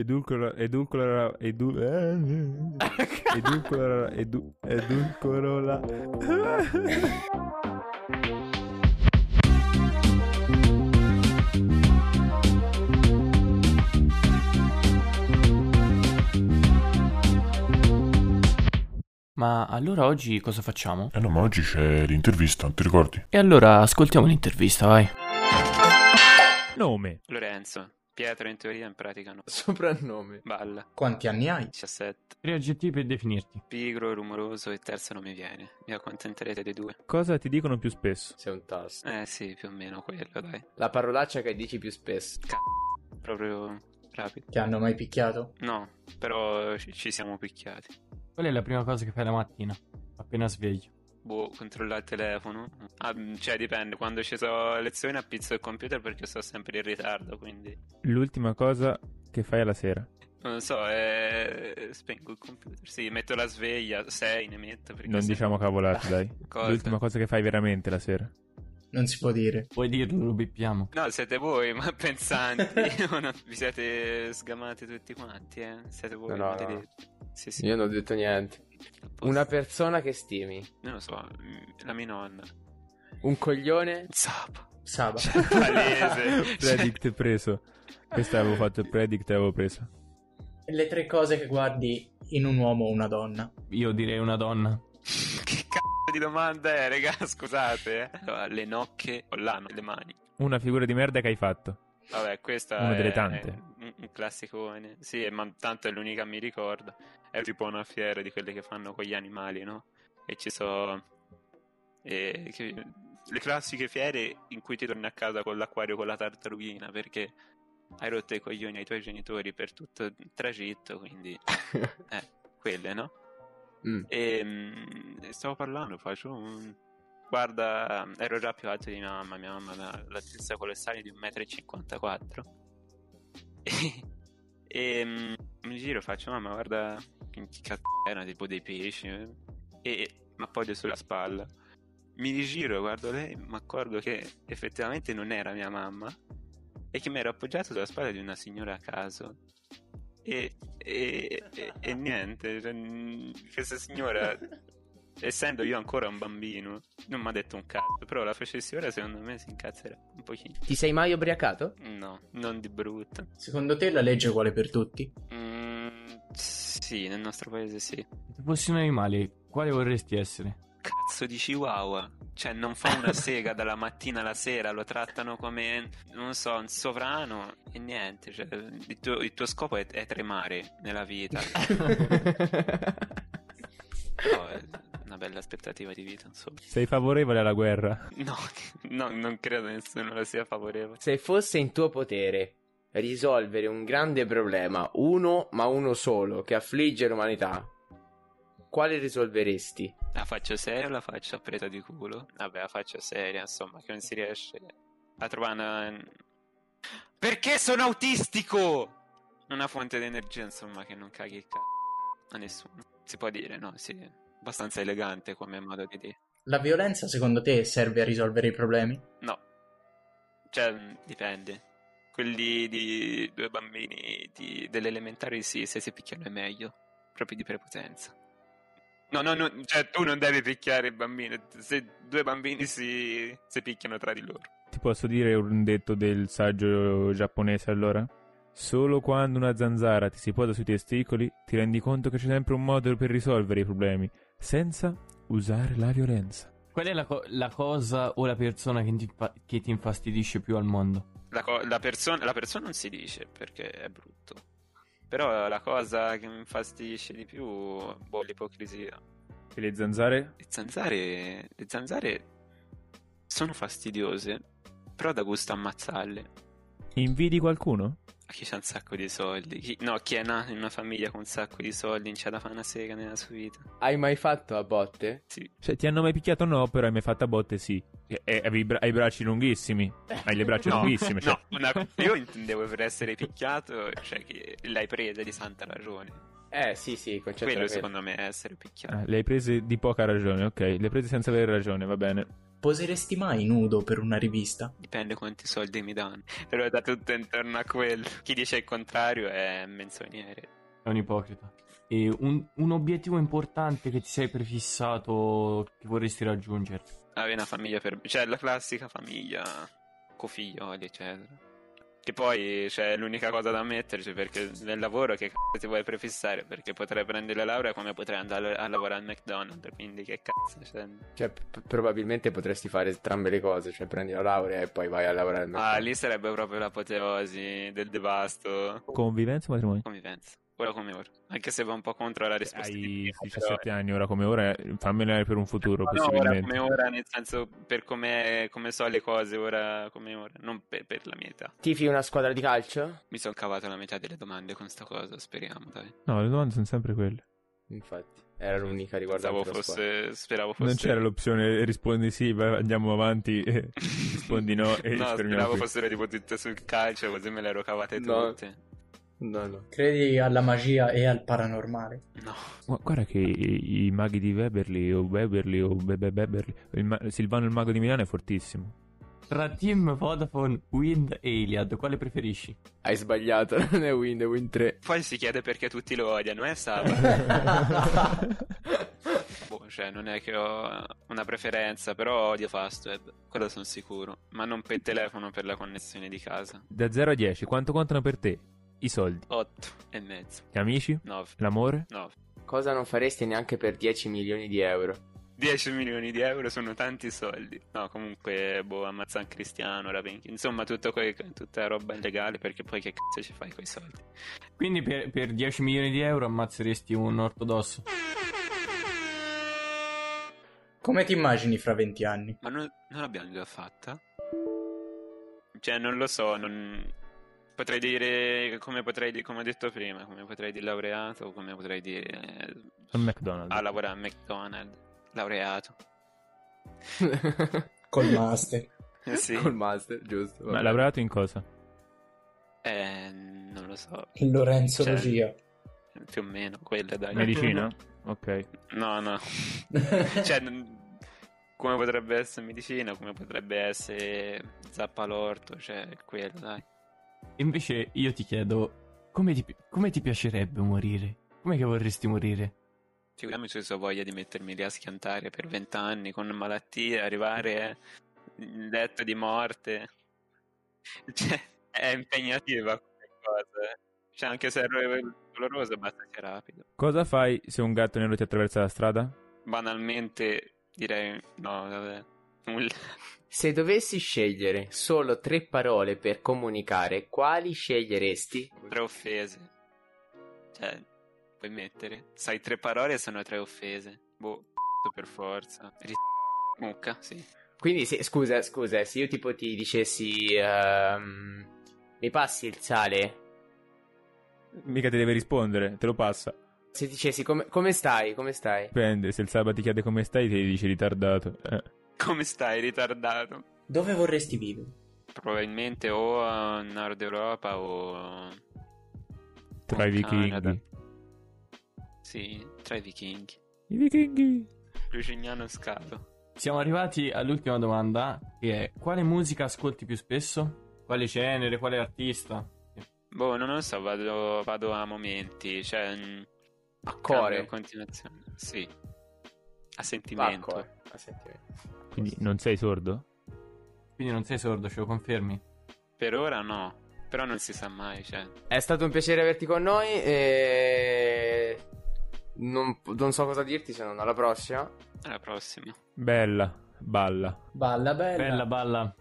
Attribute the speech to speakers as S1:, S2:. S1: Edulcora, edulcora, edu, eh, edulcora, edu, edulcorola.
S2: Ma allora oggi cosa facciamo?
S3: Eh no, ma oggi c'è l'intervista, ti ricordi?
S2: E allora ascoltiamo l'intervista, vai.
S1: Nome.
S4: Lorenzo. Pietro in teoria, in pratica no.
S5: Soprannome.
S4: Balla.
S6: Quanti anni hai?
S4: 17.
S7: Tre aggettivi per definirti.
S4: Pigro, rumoroso e terzo non mi viene. Vi accontenterete dei due.
S1: Cosa ti dicono più spesso?
S5: Sei un tasto.
S4: Eh sì, più o meno quello, dai.
S5: La parolaccia che dici più spesso.
S4: Proprio rapido.
S6: Ti hanno mai picchiato?
S4: No, però ci, ci siamo picchiati.
S7: Qual è la prima cosa che fai la mattina? Appena sveglio.
S4: Boh, controllare il telefono. Ah, mm, cioè, dipende. Quando ci sono lezioni appizzo il computer perché sto sempre in ritardo, quindi...
S1: L'ultima cosa che fai alla sera?
S4: Non lo so, eh... spengo il computer. Sì, metto la sveglia, 6 ne metto perché...
S1: Non
S4: se-
S1: diciamo cavolate, dai.
S4: Cosa?
S1: L'ultima cosa che fai veramente la sera?
S6: Non si può dire.
S7: Puoi dirlo, lo bippiamo.
S4: No, siete voi, ma pensanti. Non- Vi siete sgamati tutti quanti, eh. Siete voi,
S5: No, no, no.
S4: maledetti. Sì, sì.
S5: Io non ho detto niente.
S4: apposta.
S5: Una persona che stimi.
S4: Non lo so, mm, la mia nonna.
S5: Un coglione.
S4: Zappa.
S6: Saba.
S4: Cioè, palese. Cioè,
S1: Predict preso. Questa avevo fatto il predict e avevo preso.
S6: Le tre cose che guardi in un uomo o una donna.
S7: Io direi una donna.
S4: Cioè, che cazzo di domanda è, raga? Scusate, eh. Allora, le nocche o l'ano, le mani.
S1: Una figura di merda che hai fatto.
S4: Vabbè, questa
S1: Una
S4: è
S1: delle tante.
S4: è un, un classicone. Sì, eh, ma tanto è l'unica che mi ricordo. È tipo una fiera di quelle che fanno con gli animali, no? E ci sono eh, che- le classiche fiere in cui ti torni a casa con l'acquario con la tartarughina perché hai rotto i coglioni ai tuoi genitori per tutto il tragitto, quindi eh, quelle, no?
S5: Mm.
S4: E mm, stavo parlando, faccio un... Guarda, ero già più alto di mia mamma, mia mamma ha l'altezza colossale di 1,54 m. E, e mm, mi giro, faccio, mamma, guarda che cazzo era, tipo dei pesci. eh?" E mi appoggio sulla spalla. Mi rigiro, guardo lei, mi accorgo che effettivamente non era mia mamma e che mi ero appoggiato sulla spalla di una signora a caso. E, e- e- e niente, cioè, mm, questa signora, essendo io ancora un bambino, non mi ha detto un cazzo, però la facessi ora secondo me si incazzerà un pochino.
S5: Ti sei mai ubriacato?
S4: No, non di brutto.
S6: Secondo te la legge è uguale per tutti?
S4: Mm, sì, nel nostro paese sì.
S7: Se fossi un animale, quale vorresti essere?
S4: Cazzo di chihuahua. Cioè, non fa una sega dalla mattina alla sera, lo trattano come, non so, un sovrano e niente. cioè, il, tuo, il tuo scopo è, è tremare nella vita. No, è una bella aspettativa di vita, insomma.
S1: Sei favorevole alla guerra?
S4: No, no, non credo nessuno la sia favorevole.
S5: Se fosse in tuo potere risolvere un grande problema, uno ma uno solo, che affligge l'umanità, quale risolveresti?
S4: La faccio seria o la faccio a presa di culo? Vabbè, la faccio seria, insomma, che non si riesce a trovare una... Perché sono autistico? Una fonte di energia, insomma, che non caghi il c***o a nessuno. Si può dire, no? Sì, abbastanza elegante come modo di dire.
S6: La violenza secondo te serve a risolvere i problemi?
S4: No. Cioè, mh, dipende. Quelli di due bambini di- delle elementari sì, se si picchiano è meglio. Proprio di prepotenza. No, no, no, cioè tu non devi picchiare il bambino. Se due bambini si, si picchiano tra di loro.
S1: Ti posso dire un detto del saggio giapponese allora? Solo quando una zanzara ti si posa sui testicoli ti rendi conto che c'è sempre un modo per risolvere i problemi, senza usare la violenza.
S7: Qual è la, co- la cosa o la persona che ti, infa- che ti infastidisce più al mondo?
S4: La, co- la persona, la persona non si dice perché è brutto. Però la cosa che mi infastidisce di più boh, l'ipocrisia.
S1: E le zanzare?
S4: Le zanzare, le zanzare sono fastidiose, però da gusto ammazzarle.
S1: Invidi qualcuno?
S4: A chi c'ha un sacco di soldi? Chi- no, chi è nato in una famiglia con un sacco di soldi non c'ha da fare una sega nella sua vita.
S5: Hai mai fatto a botte?
S1: Cioè, ti hanno mai picchiato? No, però hai mai fatta botte? Sì. E- e avevi i bra- hai i bracci lunghissimi. Hai le braccia lunghissime. cioè.
S4: No, una- io intendevo per essere picchiato, cioè che l'hai presa di santa ragione.
S5: Eh sì sì, il concetto
S4: Quello
S5: era quello.
S1: Eh.
S4: secondo me è essere picchiato.
S1: Ah, le hai prese di poca ragione, ok. Le hai prese senza avere ragione, va bene.
S6: Poseresti mai nudo per una rivista?
S4: Dipende quanti soldi mi danno. Allora da tutto intorno a quello. Chi dice il contrario è menzognere.
S7: È un ipocrita. E un, un obiettivo importante che ti sei prefissato che vorresti raggiungere.
S4: Avere una famiglia per... Cioè la classica famiglia con figlioli, eccetera. Che poi c'è l'unica cosa da metterci perché nel lavoro che cazzo ti vuoi prefissare? Perché potrei prendere la laurea come potrei andare a lavorare al McDonald's, quindi che cazzo. Cioè...
S5: Cioè, p- probabilmente potresti fare entrambe le cose, cioè prendi la laurea e poi vai a lavorare. al
S4: Ah,
S5: mercato.
S4: lì sarebbe proprio l'apoteosi del devasto.
S1: Convivenza o matrimonio?
S4: Come penso? Ora come ora. Anche se va un po' contro la risposta di
S1: Cioè, Hai
S4: prima, però-
S1: 17 anni ora come ora, eh, fammela per un futuro
S4: Eh, No, no, ora
S1: possibilmente.
S4: come ora, nel senso per come, come so le cose ora come ora, non per, per la mia età.
S5: Tifi una squadra di calcio?
S4: Mi sono cavato la metà delle domande con sta cosa, speriamo, dai.
S1: No, le domande sono sempre quelle.
S5: Infatti, era l'unica
S4: Pensavo
S5: riguardante la squadra.
S4: fosse, speravo fosse
S1: Non c'era l'opzione rispondi sì, va- andiamo avanti. eh. rispondi no e
S4: No,
S1: risparmiamo
S4: speravo
S1: qui.
S4: fossero tipo tutte sul calcio, così me le ero cavate
S5: No.
S4: tutte.
S5: No, no.
S6: Credi alla magia e al paranormale?
S4: No.
S1: Ma guarda che i, i maghi di Weberly o Weberly o Bebe Weberly, il ma- Silvano il mago di Milano è fortissimo.
S7: Tra Team Vodafone, Wind e Iliad, quale preferisci?
S5: Hai sbagliato, non è Wind, è Win 3.
S4: Poi si chiede perché tutti lo odiano, è sabato. Boh, cioè, non è che ho una preferenza, però odio Fastweb, quello sono sicuro. Ma non per telefono, per la connessione di casa.
S1: Da 0 a 10, quanto contano per te? I soldi,
S4: 8 e mezzo,
S1: gli amici,
S4: 9,
S1: l'amore?
S4: 9.
S5: Cosa non faresti neanche per 10 milioni di euro?
S4: 10 milioni di euro sono tanti soldi. No, comunque, boh, ammazza un cristiano, rapin- insomma, tutto que- tutta roba illegale, perché poi che cazzo ci fai coi soldi?
S7: Quindi per, per 10 milioni di euro ammazzeresti un ortodosso.
S6: Come ti immagini fra 20 anni?
S4: Ma non, non l'abbiamo già fatta? Cioè, non lo so, non... Potrei dire, come, potrei, di- come ho detto prima, come potrei dire laureato, come potrei dire... eh,
S1: Al McDonald's.
S4: A lavorare a McDonald's, laureato.
S6: Col master.
S4: Eh, Sì.
S5: Col master, giusto.
S1: Ma
S5: vabbè.
S1: lavorato in cosa?
S4: Eh, non lo so,
S6: Lorenzo
S4: Cioè.
S6: Logia.
S4: più o meno, quella dai.
S1: Medicina? Ok.
S4: No, no. cioè, n- come potrebbe essere medicina, come potrebbe essere zappalorto, cioè quello, dai.
S7: Invece io ti chiedo, come ti, pi- come ti piacerebbe morire? Come che vorresti morire?
S4: Figuriamoci se ho voglia di mettermi lì a schiantare per vent'anni con malattie, arrivare eh, in letto di morte. Cioè, è impegnativa come cosa. eh. Cioè, anche se è ro- doloroso, basta che sia rapido.
S1: Cosa fai se un gatto nero ti attraversa la strada?
S4: Banalmente direi no, vabbè. Nulla.
S5: Se dovessi scegliere solo tre parole per comunicare, quali sceglieresti?
S4: tre offese. Cioè, puoi mettere. Sai, tre parole sono tre offese. Boh, c***o per forza. Ri- Mucca, sì.
S5: Quindi, se, scusa, scusa, se io tipo ti dicessi, ehm, mi passi il sale?
S1: Mica ti deve rispondere, te lo passa.
S5: Se dicessi, come, come stai? Come stai?
S1: Dipende, se il sabato ti chiede come stai, ti dice ritardato. Eh.
S4: Come stai, ritardato?
S6: Dove vorresti vivere?
S4: Probabilmente o a Nord Europa o...
S1: Tra
S4: o
S1: i
S4: Canada.
S1: vichinghi.
S4: Sì, tra i vichinghi.
S1: I vichinghi!
S4: Lucignano Scalo.
S7: Siamo arrivati all'ultima domanda, che è quale musica ascolti più spesso? Quale genere, quale artista?
S4: Boh, non lo so, vado, vado a momenti, cioè... mh,
S5: A
S4: cambio
S5: core.
S4: in continuazione. Sì. A
S5: Va a
S4: sentimento.
S5: core. A sentimento.
S1: Quindi non sei sordo?
S7: Quindi non sei sordo, ce lo confermi?
S4: Per ora no. Però non si sa mai, cioè...
S5: È stato un piacere averti con noi. E... Non, non so cosa dirti se non alla prossima.
S4: Alla prossima.
S1: Bella, balla.
S6: Balla bella.
S7: Bella balla.